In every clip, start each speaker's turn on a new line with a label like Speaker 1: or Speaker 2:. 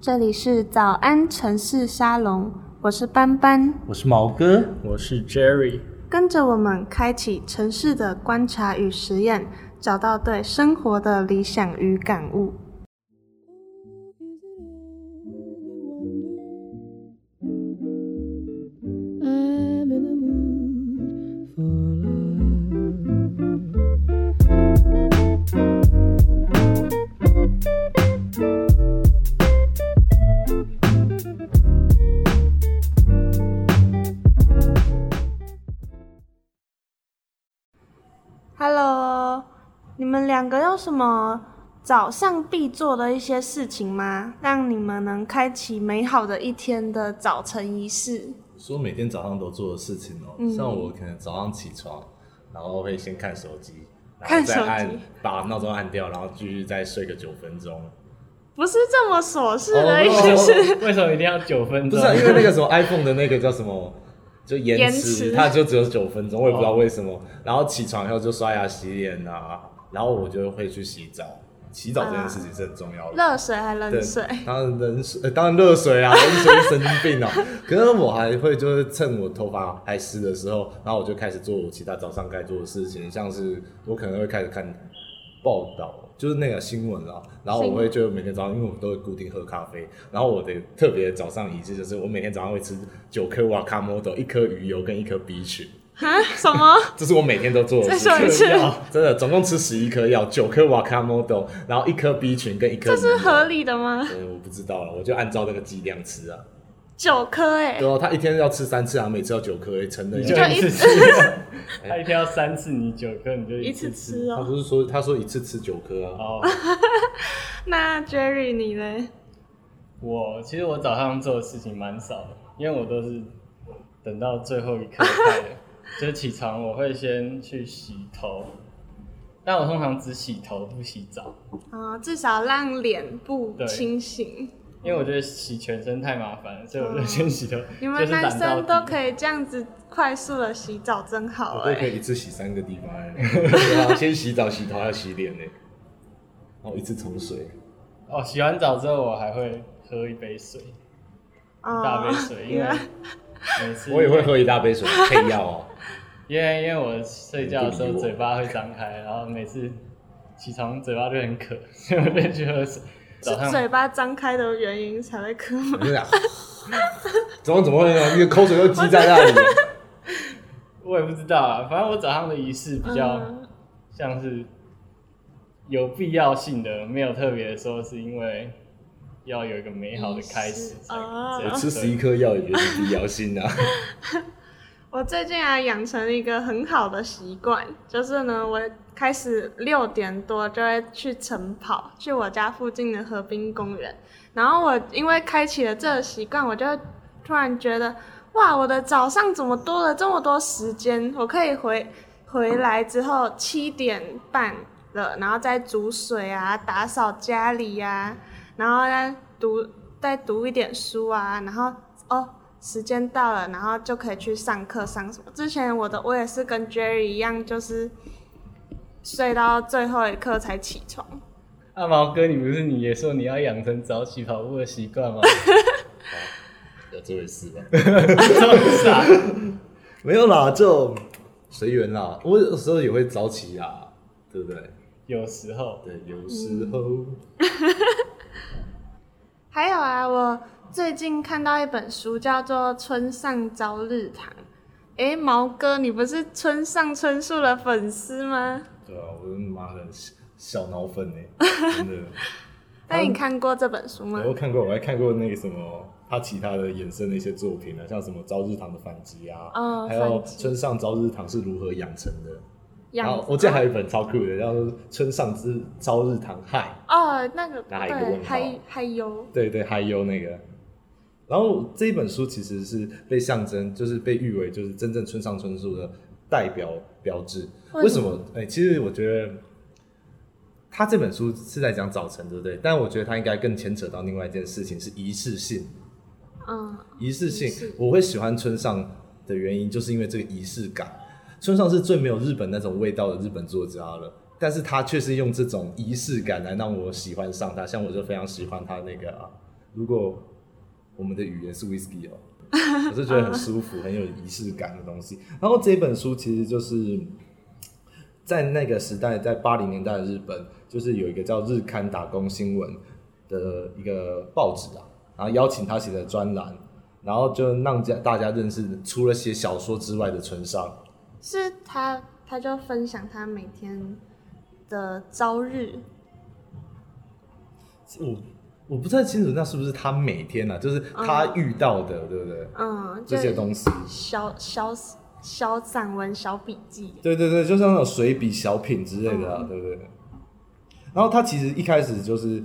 Speaker 1: 这里是早安城市沙龙，我是斑斑，
Speaker 2: 我是毛哥，
Speaker 3: 我是 Jerry。
Speaker 1: 跟着我们开启城市的观察与实验，找到对生活的理想与感悟。
Speaker 4: I'm in the mood for love.
Speaker 1: Hello，你们两个有什么早上必做的一些事情吗？让你们能开启美好的一天的早晨仪式？
Speaker 3: 说每天早上都做的事情哦、
Speaker 1: 嗯
Speaker 3: 像我可能早上起床，然后会先看手机，然
Speaker 1: 看
Speaker 3: 后再
Speaker 1: 手机
Speaker 3: 按把闹钟按掉，然后继续再睡个九分 钟。
Speaker 1: 不是这么琐事
Speaker 3: 哦
Speaker 1: 的意
Speaker 3: 不
Speaker 1: 思
Speaker 3: 是
Speaker 1: 是，
Speaker 5: 为什么一定要九
Speaker 3: 不
Speaker 5: 分钟？
Speaker 3: 是啊、因为那个什么 iPhone 的那个叫什么，就
Speaker 1: 延
Speaker 3: 延
Speaker 1: 迟
Speaker 3: 迟，它就只有九分钟，我也不知道为什么。然后起床以后就刷牙洗脸啊，然后我就会去洗澡。洗澡这件事情是很重要的。
Speaker 1: 热水还冷
Speaker 3: 对
Speaker 1: 水？
Speaker 3: 当然冷水，呃当然热水啊，冷水是神经病哦、 可是我还会就是趁我头发还湿的时候，然后我就开始做我其他早上该做的事情，像是我可能会开始看报道，就是那个新闻啊，然后我会就每天早上，因为我都会固定喝咖啡，然后我的特别早上仪式就是我每天早上会吃九颗瓦卡莫豆，一颗鱼油跟一颗 B 群，
Speaker 1: 啊？什么？
Speaker 3: 这是我每天都做的
Speaker 1: 再
Speaker 3: 事
Speaker 1: 说一
Speaker 3: 情。
Speaker 1: 次，
Speaker 3: 真的，总共吃十一颗药，九颗瓦卡莫豆，然后一颗 B 群跟一颗
Speaker 1: 这
Speaker 3: 鱼油
Speaker 1: 是合理的吗？
Speaker 3: 嗯，我不知道了，我就按照那个剂量吃啊。
Speaker 1: 九颗哎、
Speaker 3: 对哦，他一天要吃三次啊，每次要九颗，诶成人
Speaker 5: 你
Speaker 3: 要
Speaker 1: 就
Speaker 5: 就
Speaker 1: 一
Speaker 5: 一次吃，他一天要三次，你九颗你就
Speaker 1: 一次
Speaker 5: 次
Speaker 1: 吃
Speaker 3: 他
Speaker 1: 哦、
Speaker 3: 不是说他说一次吃九颗啊？
Speaker 5: 哦，
Speaker 1: 那 Jerry 你呢？
Speaker 5: 我其实我早上做的事情蛮少的，因为我都是等到最后一刻才的，就是起床我会先去洗头，但我通常只洗头不洗澡，
Speaker 1: 啊、至少让脸部
Speaker 5: 对
Speaker 1: 清醒。
Speaker 5: 因为我觉得洗全身太麻烦了，所以我就先洗头。
Speaker 1: 你们男生都可
Speaker 5: 以。
Speaker 1: 以这样子快速的洗澡，真好
Speaker 3: 我
Speaker 1: 哎、
Speaker 3: 都可以一次洗三个地方、欸，对啊，先洗澡、洗头还要洗脸呢、然后一次冲水，
Speaker 5: 哦，洗完澡之后我还会喝一杯水，一
Speaker 1: 哦
Speaker 5: 大杯 水，因为每次
Speaker 3: 我也会喝一大杯水配药哦、
Speaker 5: 因为因为我睡觉的时候嘴巴会张开，然后每次起床嘴巴就很渴， 所以我就去喝水。早
Speaker 1: 是
Speaker 5: 上
Speaker 1: 嘴巴张开的原因才会咳
Speaker 3: 我
Speaker 1: 吗？
Speaker 3: 跟你讲，怎么怎么会呢？你的口水都积在那里。
Speaker 5: 我也不知道啊，反正我早上的仪式比较
Speaker 1: 嗯
Speaker 5: 像是有必要性的，没有特别说是因为要有一个美好的开始
Speaker 1: 仪式
Speaker 5: 才
Speaker 1: 哦
Speaker 5: 这
Speaker 3: 我
Speaker 5: 样
Speaker 3: 哎吃
Speaker 5: 对
Speaker 3: 十一颗药也觉得是必要性啊。
Speaker 1: 我最近啊养成一个很好的习惯，就是呢，我开始六点多就会去晨跑，去我家附近的河滨公园。然后我因为开启了这个习惯，我就突然觉得，哇，我的早上怎么多了这么多时间？我可以回回来之后七点半了，然后再煮水啊，打扫家里呀、然后再读再读一点书啊，然后哦，时间到了，然后就可以去上课上什么。之前我的我也是跟 Jerry 一样，就是睡到最后一刻才起床。
Speaker 5: 阿啊毛哥，你不是你也说你要养成早起跑步的习惯吗？
Speaker 3: 有这回 事吧？
Speaker 5: 这么傻，
Speaker 3: 没有啦，就随缘啦。我有时候也会早起啊，对不对？嗯
Speaker 5: 有时候
Speaker 3: 对，有时候。
Speaker 1: 还有啊，我最近看到一本书叫做《村上朝日堂》。诶，毛哥，你不是村上春树的粉丝吗？
Speaker 3: 对啊，我他妈的小小脑粉 哎、真的。
Speaker 1: 那你看过这本书吗
Speaker 3: 我？有看过，我还看过那个什么他其他的衍生的一些作品啊，像什么《朝日堂的反击》啊，
Speaker 1: 哦
Speaker 3: 还有
Speaker 1: 反击
Speaker 3: 村上朝日堂是如何养成的。
Speaker 1: 养哦
Speaker 3: 然后我记得还有一本超酷的，叫做《村上之朝日堂嗨
Speaker 1: 哦，那个
Speaker 3: 哪一个问
Speaker 1: 对，
Speaker 3: 号
Speaker 1: 还还有》，
Speaker 3: 对对，嗨优那个。然后这一本书其实是被象征，就是被誉为就是真正村上春树的代表标志。
Speaker 1: 为
Speaker 3: 为
Speaker 1: 什
Speaker 3: 什么？哎、其实我觉得他这本书是在讲早晨，对不对？但我觉得他应该更牵扯到另外一件事情，是仪式性。
Speaker 1: 嗯，
Speaker 3: 仪式性
Speaker 1: 仪式，
Speaker 3: 我会喜欢村上的原因，就是因为这个仪式感。村上是最没有日本那种味道的日本作家了，但是他却是用这种仪式感来让我喜欢上他。像我就非常喜欢他那个、啊、如果我们的语言是 whisky 哦，我是觉得很舒服，很有仪式感的东西。然后这本书其实就是在那个时代，在八零年代的日本，就是有一个叫《日刊打工新闻》的一个报纸啊，然后邀请他写的专栏，然后就让家大家认识除了写小说之外的村上。
Speaker 1: 是他他就分享他每天的朝日，
Speaker 3: 我我不太清楚那是不是他每天啊，就是他遇到的，对不对？
Speaker 1: 嗯，
Speaker 3: 这
Speaker 1: 就
Speaker 3: 些东西。
Speaker 1: 小小小散文、小笔记，
Speaker 3: 对对对，就像那种水笔小品之类的、啊，对不对？然后他其实一开始就是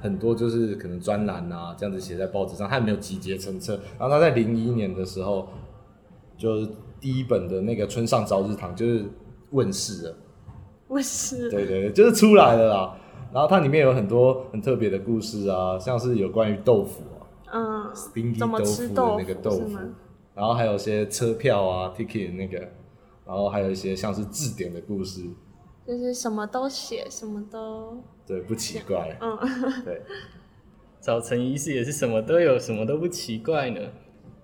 Speaker 3: 很多就是可能专栏啊这样子写在报纸上，他也没有集结成册。然后他在零一年的时候，就是第一本的那个村上朝日堂就是问世了，
Speaker 1: 我是
Speaker 3: 对对对，就是出来了啦。然后它里面有很多很特别的故事啊，像是有关于豆腐啊，
Speaker 1: 嗯怎
Speaker 3: stingy 豆
Speaker 1: 么吃
Speaker 3: 腐的那个
Speaker 1: 豆
Speaker 3: 豆
Speaker 1: 腐是
Speaker 3: 腐
Speaker 1: 吗，
Speaker 3: 然后还有些车票啊 ticket 那个，然后还有一些像是字典的故事，
Speaker 1: 就是什么都写，什么都
Speaker 3: 对，不奇怪，
Speaker 1: 嗯，
Speaker 3: 对，
Speaker 5: 早晨仪式也是什么都有，什么都不奇怪呢。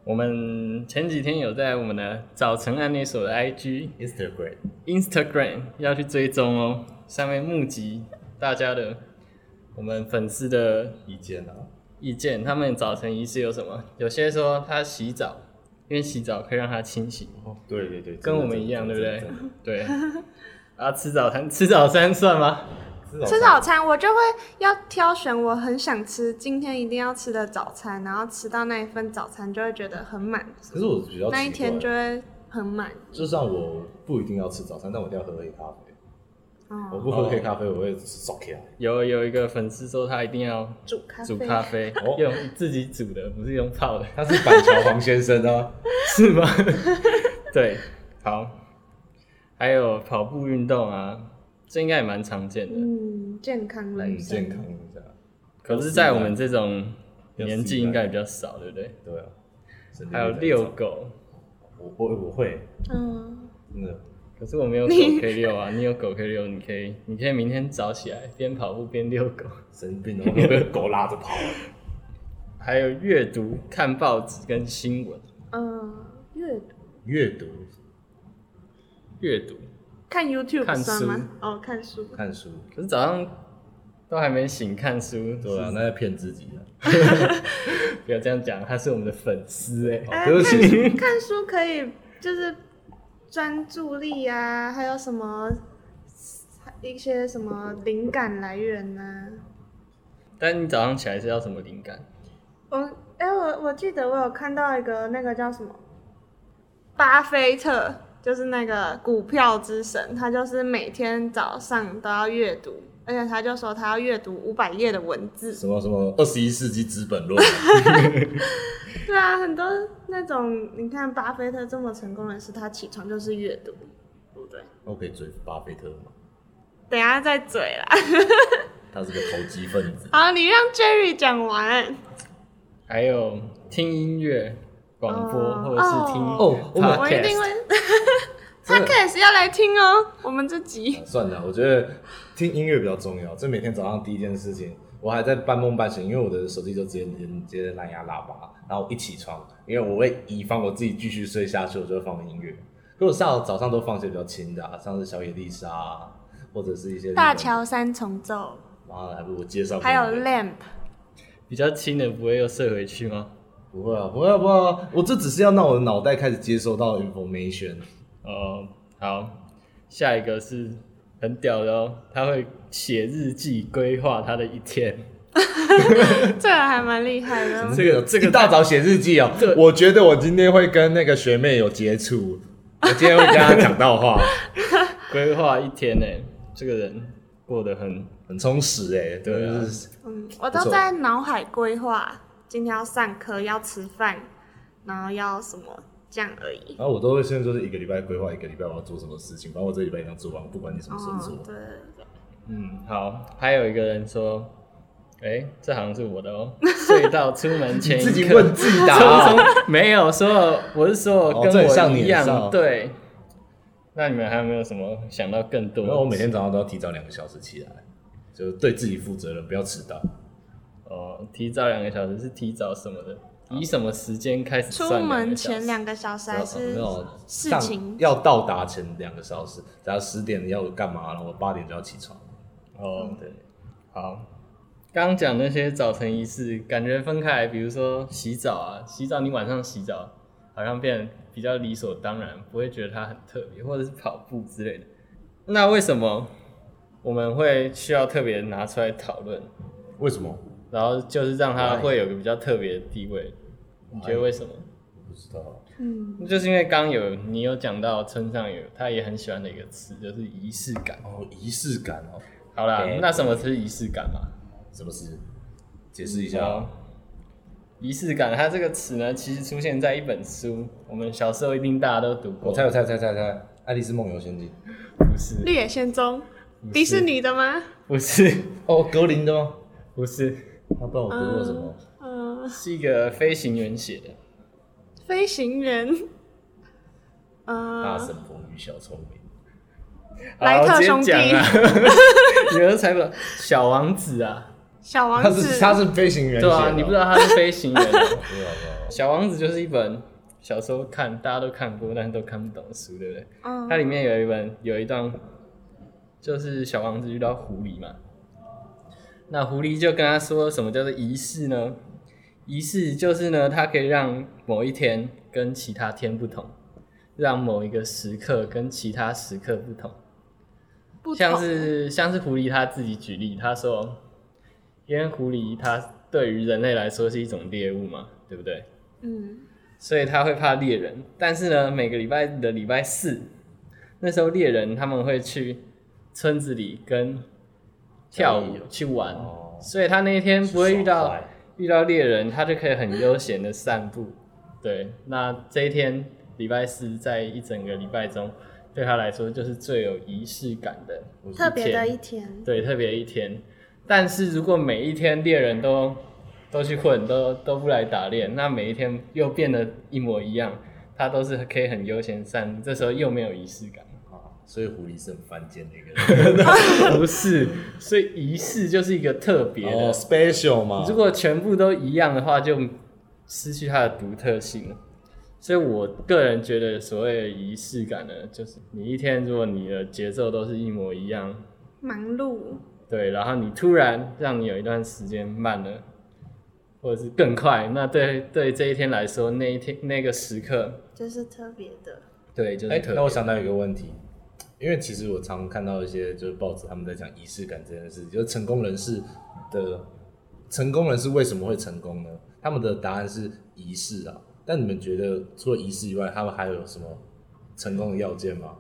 Speaker 5: 我们前几天有在我们的早晨案内所的 IG、
Speaker 3: Instagram，
Speaker 5: Instagram 要去追踪哦，上面募集大家的我们粉丝的
Speaker 3: 意见啊，
Speaker 5: 意见，他们早晨仪式有什么？有些说他洗澡，因为洗澡可以让他清醒，
Speaker 3: 哦，对对对，
Speaker 5: 跟我们一样，对不对
Speaker 3: 真的？
Speaker 5: 对。啊，吃早餐， 吃早餐算吗？
Speaker 3: 真 的
Speaker 1: 吃
Speaker 3: 真
Speaker 1: 早
Speaker 3: 的
Speaker 1: 餐，我就会要挑选我很想吃，今天一定要吃的早餐，然后吃到那一份早餐就会觉得很满
Speaker 3: 可是
Speaker 1: 足，
Speaker 3: 我比较奇怪
Speaker 1: 那一天就会很满。哦
Speaker 3: 就算我不一定要吃早餐，但我一定要喝黑咖啡，我
Speaker 1: 哦，
Speaker 3: 不喝黑咖啡我会啊烧起来，
Speaker 5: 有有一个粉丝说他一定要
Speaker 1: 煮咖
Speaker 5: 煮
Speaker 1: 啡，
Speaker 5: 咖啡
Speaker 3: 哦，
Speaker 5: 用自己煮的，不是用泡的，
Speaker 3: 他是板桥黄先生啊，
Speaker 5: 是 吗？对，好。还有跑步运动啊，这应该也蛮常见的。
Speaker 1: 嗯，健康
Speaker 3: 很
Speaker 1: 人生，
Speaker 3: 健康这样，
Speaker 5: 可是，在我们这种年纪，应该比较少，对不对？
Speaker 3: 对啊，神经
Speaker 5: 还有
Speaker 3: 病
Speaker 5: 遛，狗，
Speaker 3: 我我我会
Speaker 1: 嗯，
Speaker 3: 真的。
Speaker 5: 可是我没有狗可以遛啊。你有狗可以遛，你可以，你可以明天早起来边跑步边遛狗。
Speaker 3: 生 病了，我会被狗拉着跑。
Speaker 5: 还有阅读、看报纸跟新闻。
Speaker 1: 嗯，阅读
Speaker 3: 阅读、
Speaker 5: 阅读，
Speaker 1: 看 YouTube
Speaker 5: 看
Speaker 1: 算吗
Speaker 5: 书？
Speaker 1: 哦，看书，
Speaker 3: 看书，
Speaker 5: 可是早上都还没醒，看书。
Speaker 3: 对啊，
Speaker 5: 是
Speaker 3: 那在骗自己啊。
Speaker 5: 不要这样讲，他是我们的粉丝哎、
Speaker 1: 哎
Speaker 3: 对不起，
Speaker 1: 看书可以就是专注力啊，还有什么一些什么灵感来源呢、
Speaker 5: 但你早上起来是要什么灵感？
Speaker 1: 我哎、我我记得我有看到一个那个叫什么，巴菲特，就是那个股票之神，他就是每天早上都要阅读，而且他就说他要阅读五百页的文字。
Speaker 3: 什么什么二十一世纪资本论，
Speaker 1: 对啊，很多那种你看巴菲特这么成功的事，他起床就是阅读，对不对？
Speaker 3: 我可以追巴菲特吗？
Speaker 1: 等一下再嘴啦。
Speaker 3: 他是个投机分子。
Speaker 1: 好，你让 Jerry 讲完。
Speaker 5: 还有听音乐、广播、
Speaker 1: 哦
Speaker 5: 或者是听
Speaker 3: 哦我
Speaker 1: 我一定
Speaker 5: podcast，、
Speaker 1: 会
Speaker 3: 真的
Speaker 1: ，Podcast 要来听哦，我们这集。
Speaker 3: 算了，我觉得听音乐比较重要。这每天早上第一件事情，我还在半梦半醒，因为我的手机就直接连接蓝牙喇叭，然后一起床，因为我会以防我自己继续睡下去，我就会放音乐。可我下午早上都放一些比较轻的、啊，像是小野丽莎、啊，或者是一些日本
Speaker 1: 大桥三重奏，
Speaker 3: 妈的，还不如我介绍给
Speaker 1: 还有
Speaker 3: 你
Speaker 1: Lamp。
Speaker 5: 比较轻的不会又射回去吗？
Speaker 3: 不会啊，不会啊，不会啊！我这只是要让我的脑袋开始接收到 information。
Speaker 5: 哦，好，下一个是很屌的哦，他会写日记规划他的一天。
Speaker 1: 这个还蛮厉害的。
Speaker 5: 这个这个
Speaker 3: 一大早写日记哦
Speaker 5: 这，
Speaker 3: 我觉得我今天会跟那个学妹有接触，我今天会跟她讲到话，
Speaker 5: 规划一天呢，这个人过得很
Speaker 3: 很充实哎、对、
Speaker 5: 对啊
Speaker 3: 就是
Speaker 1: 嗯，我都在脑海规划今天要上课、要吃饭，然后要什么这样而已。
Speaker 3: 然后我都会现在就是一个礼拜规划一个礼拜我要做什么事情，反正我这礼拜一定要做完，不管你
Speaker 5: 啊
Speaker 3: 什么时候做。
Speaker 1: 哦，对对对，
Speaker 5: 嗯，好，还有一个人说，哎、这好像是我的 哦。睡到出门前一
Speaker 3: 自己
Speaker 5: 刻
Speaker 3: 问自己答啊，
Speaker 5: 匆匆没有说，我是说
Speaker 3: 哦
Speaker 5: 跟
Speaker 3: 这很
Speaker 5: 我
Speaker 3: 像
Speaker 5: 一
Speaker 3: 你
Speaker 5: 样，
Speaker 3: 很像
Speaker 5: 对。那你们还有没有什么想到更多？
Speaker 3: 然后我每天早上都要提早两个小时起来，就对自己负责任，不要迟到。
Speaker 5: 哦，提早两个小时是提早什么的？以什么时间开始
Speaker 1: 哦
Speaker 5: 算
Speaker 1: 出
Speaker 5: 两个
Speaker 1: 门
Speaker 5: 小时
Speaker 1: 前两个小时还是
Speaker 3: 那种
Speaker 1: 事
Speaker 3: 上
Speaker 1: 情
Speaker 3: 要到达前两个小时，假如十点你要我干嘛，然后我八点就要起床。
Speaker 5: 哦，对，好。刚刚讲那些早晨仪式，感觉分开来，比如说洗澡啊，洗澡你晚上洗澡，好像变得比较理所当然，不会觉得它很特别，或者是跑步之类的。那为什么我们会需要特别拿出来讨论，
Speaker 3: 为什么？
Speaker 5: 然后就是让它
Speaker 3: Why？
Speaker 5: 会有个比较特别的地位？你觉得为什么？
Speaker 3: 不知道。
Speaker 1: 嗯，
Speaker 5: 就是因为刚刚有你有讲到村上有他也很喜欢的一个词，就是仪式感。
Speaker 3: 哦，仪式感哦，
Speaker 5: 好啦
Speaker 3: Okay，
Speaker 5: 那什么是仪式感嘛？
Speaker 3: 什么事？解释一下。
Speaker 1: 嗯
Speaker 5: 好，仪式感，它这个词呢，其实出现在一本书，我们小时候一定大家都读过。
Speaker 3: 我哦猜，我猜，猜猜猜，《爱丽丝梦游仙境
Speaker 5: 不是，
Speaker 1: 绿野仙踪，迪士尼的吗？
Speaker 5: 不是，》
Speaker 3: 哦，格林的吗？
Speaker 5: 不是，
Speaker 3: 他不知道我读过什么。
Speaker 1: 嗯、
Speaker 5: 是一个飞行员写的。
Speaker 1: 飞行员，
Speaker 5: 啊
Speaker 3: 大
Speaker 1: 呃，
Speaker 3: 神风与小聪明。
Speaker 1: 莱特
Speaker 5: 好我直接
Speaker 1: 兄弟
Speaker 5: 讲啊， 你们都猜不到，小王子啊，
Speaker 1: 小王
Speaker 3: 他
Speaker 1: 子
Speaker 3: 是，他是飞行员写
Speaker 5: 对
Speaker 3: 的。哦
Speaker 5: 啊，你不知道他是飞行员。啊
Speaker 3: 不知道？不知道
Speaker 5: 小王子就是一本小时候看大家都看过，但是都看不懂的书，对不对？
Speaker 1: 嗯
Speaker 5: 它里面有一本有一段，就是小王子遇到狐狸嘛，那狐狸就跟他说什么叫做仪式呢？仪式就是呢，它可以让某一天跟其他天不同，让某一个时刻跟其他时刻不同。
Speaker 1: 不
Speaker 5: 像
Speaker 1: 同
Speaker 5: 是像是狐狸他自己举例，他说，因为狐狸它对于人类来说是一种猎物嘛，对不对？
Speaker 1: 嗯，
Speaker 5: 所以他会怕猎人。但是呢，每个礼拜的礼拜四，那时候猎人他们会去村子里跟跳
Speaker 3: 交
Speaker 5: 舞
Speaker 3: 易哦
Speaker 5: 去玩，
Speaker 3: 哦
Speaker 5: 所以他那一天不会遇
Speaker 3: 是
Speaker 5: 到
Speaker 3: 爽快
Speaker 5: 遇到猎人，他就可以很悠闲的散步。对，那这一天礼拜四在一整个礼拜中，对他来说就是最有仪式感的一天，
Speaker 1: 特别的一天，
Speaker 5: 对，特别一天。但是如果每一天猎人都都去混，都都不来打猎，那每一天又变得一模一样，他都是可以很悠闲散步，这时候又没有仪式
Speaker 3: 啊
Speaker 5: 感。
Speaker 3: 所以狐狸是很犯贱的一个 人。
Speaker 5: 不是，所以仪式就是一个特别的。
Speaker 3: 哦，special 嘛。
Speaker 5: 如果全部都一样的话，就失去它的独特性了。所以我个人觉得，所谓的仪式感呢，就是你一天如果你的节奏都是一模一样，
Speaker 1: 忙碌，
Speaker 5: 对，然后你突然让你有一段时间慢了，或者是更快，那对对这一天来说，那一天那个时刻，
Speaker 1: 这是特别的，
Speaker 5: 对，就是
Speaker 3: 哎、
Speaker 5: 特别、
Speaker 3: 那我想到一个问题，因为其实我常看到一些就是报纸他们在讲仪式感这件事，就是成功人士的成功人士为什么会成功呢？他们的答案是仪式啊。但你们觉得除了仪式以外，他们还有什么成功的要件吗？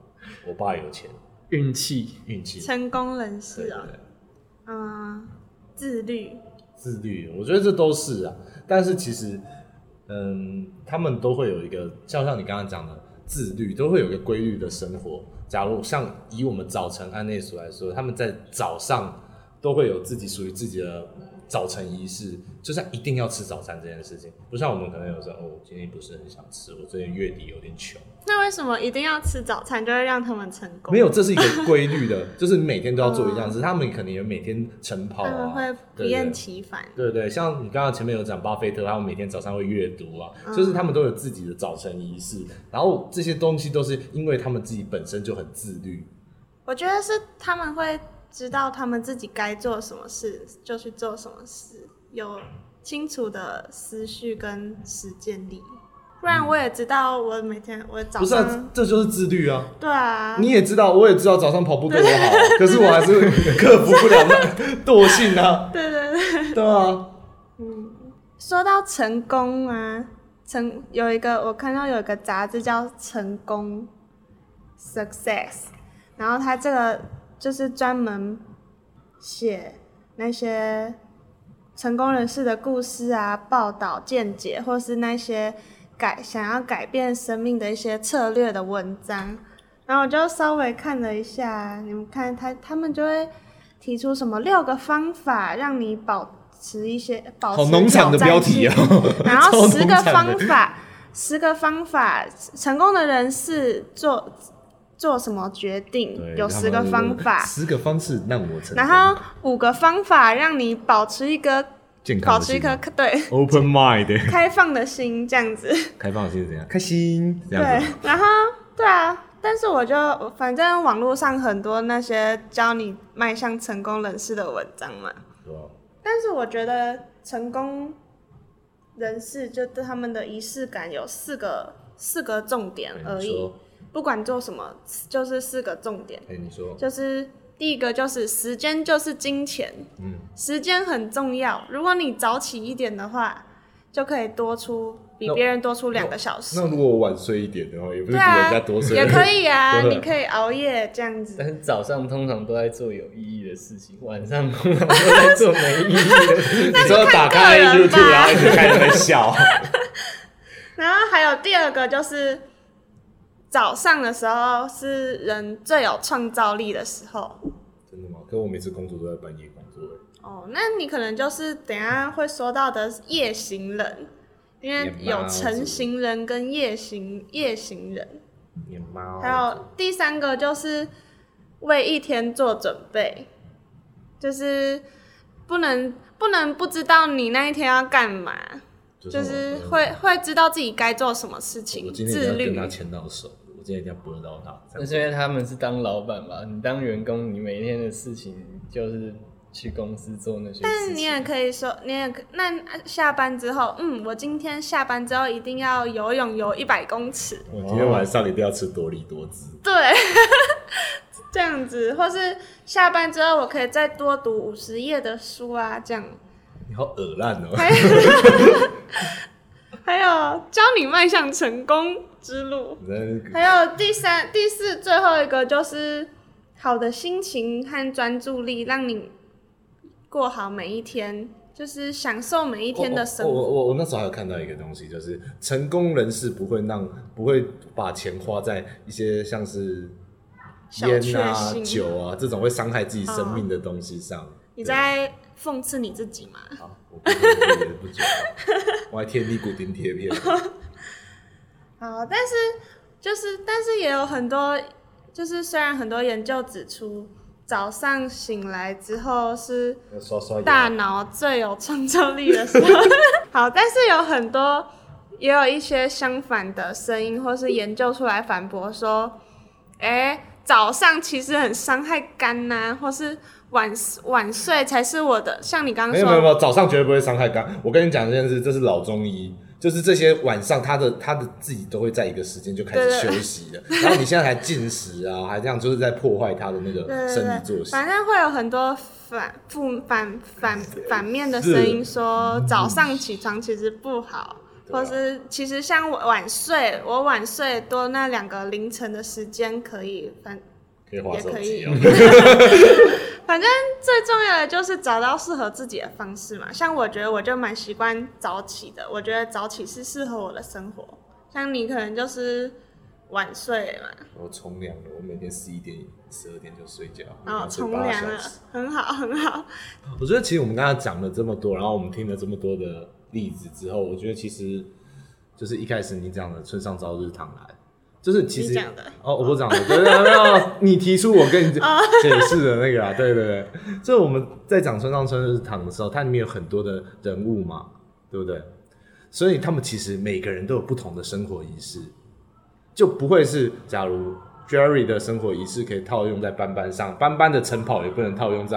Speaker 3: 我爸有钱，
Speaker 5: 运气，
Speaker 3: 运气，
Speaker 1: 成功人士
Speaker 3: 对
Speaker 1: 啊、
Speaker 3: 对对
Speaker 1: 嗯、自律，
Speaker 3: 自律，我觉得这都是啊。但是其实，嗯，他们都会有一个，像像你刚刚讲的自律，都会有一个规律的生活。假如像以我们早晨案内所来说，他们在早上都会有自己属于自己的早晨仪式，就是一定要吃早餐这件事情。不像我们可能有时候，哦，我今天不是很想吃，我最近月底有点穷。
Speaker 1: 那为什么一定要吃早餐就会让他们成功？
Speaker 3: 没有，这是一个规律的，就是你每天都要做一样，只是他们可能有每天晨跑
Speaker 1: 嗯他们
Speaker 3: 啊，
Speaker 1: 会不
Speaker 3: 对对
Speaker 1: 厌
Speaker 3: 对
Speaker 1: 其烦。
Speaker 3: 对对，像你刚刚前面有讲巴菲特，他们每天早上会阅读啊，
Speaker 1: 嗯
Speaker 3: 就是他们都有自己的早晨仪式，然后这些东西都是因为他们自己本身就很自律，
Speaker 1: 我觉得是他们会知道他们自己该做什么事就去做什么事，有清楚的思绪跟实践力。不然我也知道，我每天我早
Speaker 3: 嗯不是、
Speaker 1: 上、
Speaker 3: 啊，这就是自律啊。
Speaker 1: 对啊，
Speaker 3: 你也知道，我也知道早上跑步对 我好，啊可是我还是克服不了那惰性啊，
Speaker 1: 对对对。
Speaker 3: 对啊，
Speaker 1: 说到成功啊，成有一个我看到有一个杂志叫《成功 Success》，然后它这个就是专门写那些成功人士的故事啊、报道、见解，或是那些改想要改变生命的一些策略的文章。然后我就稍微看了一下，你们看他他们就会提出什么六个方法让你保持一些保持
Speaker 3: 好农场的
Speaker 1: 挑战
Speaker 3: 标题啊
Speaker 1: 性 然后十个
Speaker 3: 超农
Speaker 1: 方
Speaker 3: 场的
Speaker 1: 法，十个方法，成功的人士做做什么决定？有十个方法，
Speaker 3: 十个方式让我成功。
Speaker 1: 然后五个方法让你保持一个
Speaker 3: 健
Speaker 1: 保
Speaker 3: 康的
Speaker 1: 持一
Speaker 3: 心
Speaker 1: 颗 对
Speaker 3: open mind，
Speaker 1: 开放的心这样子。
Speaker 3: 开放心是怎样？开心这样
Speaker 1: 对
Speaker 3: 子吗。，
Speaker 1: 然后对啊，但是我就反正网络上很多那些教你迈向成功人士的文章嘛，
Speaker 3: 对吧
Speaker 1: 但是我觉得成功人士就对他们的仪式感有四个四个重点
Speaker 3: 哎
Speaker 1: 而
Speaker 3: 你
Speaker 1: 已
Speaker 3: 说，
Speaker 1: 不管做什么就是四个重点，
Speaker 3: 哎，你说，
Speaker 1: 就是第一个就是时间就是金钱，
Speaker 3: 嗯，
Speaker 1: 时间很重要，如果你早起一点的话，就可以多出比
Speaker 3: 那
Speaker 1: 别人多出两个小时。
Speaker 3: 那如果我晚睡一点的话，也不是
Speaker 1: 对
Speaker 3: 比
Speaker 1: 啊，
Speaker 3: 人家多睡，
Speaker 1: 也可以啊，
Speaker 3: 对
Speaker 1: 你可以熬夜这样子
Speaker 5: 但。是早上通常都在做有意义的事情，晚上通常都在做没意义的事情。
Speaker 3: 你说打开
Speaker 1: 看个人吧
Speaker 3: YouTube，然后一直看在笑，
Speaker 1: 然后还有第二个就是早上的时候是人最有创造力的时候。
Speaker 3: 真的吗？可我每次工作都在半夜工作，欸
Speaker 1: 哦，那你可能就是等一下会说到的夜行人，因为
Speaker 3: 夜猫
Speaker 1: 有
Speaker 3: 子
Speaker 1: 晨行人跟夜行夜行人。
Speaker 3: 你猫
Speaker 1: 还有第三个就是为一天做准备，就是不能不能不知道你那一天要干嘛，就是嗯
Speaker 3: 我
Speaker 1: 会会知道自己该做什么事情，
Speaker 3: 我今天一定
Speaker 1: 自
Speaker 3: 要跟
Speaker 1: 律
Speaker 3: 他。牵到手，我今天一定要拨到他。这
Speaker 5: 那
Speaker 3: 样
Speaker 5: 是因为他们是当老板吧？你当员工，你每一天的事情就是去公司做那些事情。
Speaker 1: 但你也可以说，你也可那下班之后，嗯，我今天下班之后一定要游泳游一百公尺，
Speaker 3: 我今天晚上一定要吃多利多汁。
Speaker 1: 对， 这样子，或是下班之后我可以再多读五十页的书啊，这样。
Speaker 3: 你好恶烂哦！
Speaker 1: 还 还有教你迈向成功之路。
Speaker 3: 你在
Speaker 1: 还有第三、第四，最后一个就是好的心情和专注力，让你过好每一天，就是享受每一天的生
Speaker 3: 哦我
Speaker 1: 活。
Speaker 3: 我我我那时候还有看到一个东西，就是成功人士不会让不会把钱花在一些像是
Speaker 1: 小
Speaker 3: 烟
Speaker 1: 确
Speaker 3: 啊、
Speaker 1: 幸哦
Speaker 3: 酒啊这种会伤害自己生命的东西上。
Speaker 1: 你在讽刺你自己吗？
Speaker 3: 对好，我不喝也 不酒，我还贴尼古丁贴片。
Speaker 1: 好，但是就是，但是也有很多，就是虽然很多研究指出，早上醒来之后是
Speaker 3: 要刷刷
Speaker 1: 大
Speaker 3: 牙，
Speaker 1: 脑最有创造力的时 候。好，但是有很多也有一些相反的声音，或是研究出来反驳说，哎、早上其实很伤害肝呐、或是晚晚睡才是我的。像你刚刚
Speaker 3: 没有没有没
Speaker 1: 说，
Speaker 3: 有，早上绝对不会伤害肝。我跟你讲这件事，这是老中医，就是这些晚上他的他的自己都会在一个时间就开
Speaker 1: 对
Speaker 3: 始
Speaker 1: 对
Speaker 3: 休
Speaker 1: 对
Speaker 3: 息了， 然后你现在还进食啊，还这样就是在破坏他的那
Speaker 1: 对
Speaker 3: 个
Speaker 1: 对
Speaker 3: 生理
Speaker 1: 对
Speaker 3: 作
Speaker 1: 对，
Speaker 3: 息。
Speaker 1: 反正会有很多反负反反反面的声音说，早上起床其实不好。
Speaker 3: 嗯对啊
Speaker 1: 或是其实像我晚睡，我晚睡多那两个凌晨的时间可以，反
Speaker 3: 可以划手机哦
Speaker 1: 也。 反正最重要的就是找到适合自己的方式嘛。像我觉得我就蛮习惯早起的，我觉得早起是适合我的生活。像你可能就是晚睡嘛，
Speaker 3: 我冲凉了，我每天十一点、十二点就睡觉，
Speaker 1: 然后
Speaker 3: 晚上
Speaker 1: 哦冲
Speaker 3: 睡八
Speaker 1: 凉
Speaker 3: 小
Speaker 1: 了
Speaker 3: 时。，
Speaker 1: 很好很好。
Speaker 3: 我觉得其实我们刚才讲了这么多，然后我们听了这么多的例子之后，我觉得其实就是一开始你讲的“村上朝日堂来”，就是其实
Speaker 1: 你讲的
Speaker 3: 哦，我讲的，对对对对，你提出我跟你解释的那个啊，对对 对，就是我们在讲村上春日堂的时候，它里面有很多的人物嘛，对不对？所以他们其实每个人都有不同的生活仪式，就不会是假如 Jerry 的生活仪式可以套用在斑斑上，斑斑的晨跑也不能套用在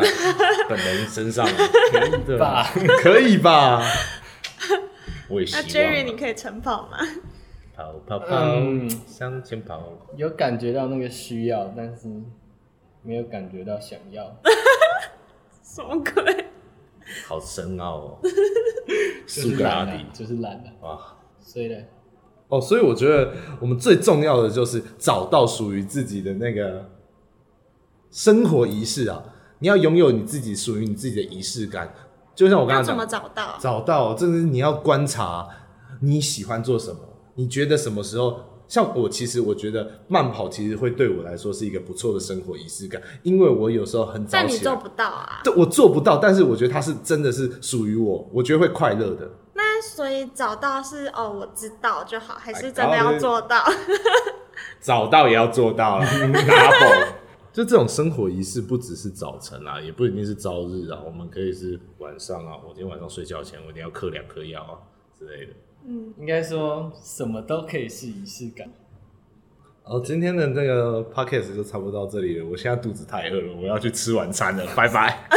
Speaker 3: 本人身上，可以的
Speaker 5: 吧？
Speaker 3: 可以吧？我也希
Speaker 1: 那
Speaker 3: 望啊。
Speaker 1: 啊 Jerry 你可以晨跑吗？
Speaker 3: 跑跑跑，
Speaker 5: 嗯
Speaker 3: 向前跑。
Speaker 5: 有感觉到那个需要，但是没有感觉到想要。
Speaker 1: 什么鬼？
Speaker 3: 好深奥 哦，
Speaker 5: 就
Speaker 3: 苏
Speaker 5: 是
Speaker 3: 格拉
Speaker 5: 懒
Speaker 3: 底
Speaker 5: 啊，就是懒的、
Speaker 3: 哇！
Speaker 5: 所以呢，
Speaker 3: 哦，所以我觉得我们最重要的就是找到属于自己的那个生活仪式啊！你要拥有你自己属于你自己的仪式感，就像我刚
Speaker 1: 要
Speaker 3: 刚
Speaker 1: 怎么
Speaker 3: 讲，
Speaker 1: 找到？
Speaker 3: 找到，这是你要观察你喜欢做什么，你觉得什么时候。像我其实我觉得慢跑其实会对我来说是一个不错的生活仪式感，因为我有时候很早
Speaker 1: 但你
Speaker 3: 起来
Speaker 1: 做，不到啊。
Speaker 3: 对我做不到，但是我觉得它是真的是属于我，我觉得会快乐的。
Speaker 1: 那所以找到是哦，我知道就好，还是真的要做到？
Speaker 3: 找到也要做到了，double。就这种生活仪式不只是早晨啊，也不一定是朝日啊，我们可以是晚上啊。我今天晚上睡觉前我一定要嗑两颗药啊之类的。
Speaker 1: 嗯，
Speaker 5: 应该说什么都可以是仪式感。
Speaker 3: 哦，今天的那个 podcast 就差不多到这里了。我现在肚子太饿了，我要去吃晚餐了，拜拜。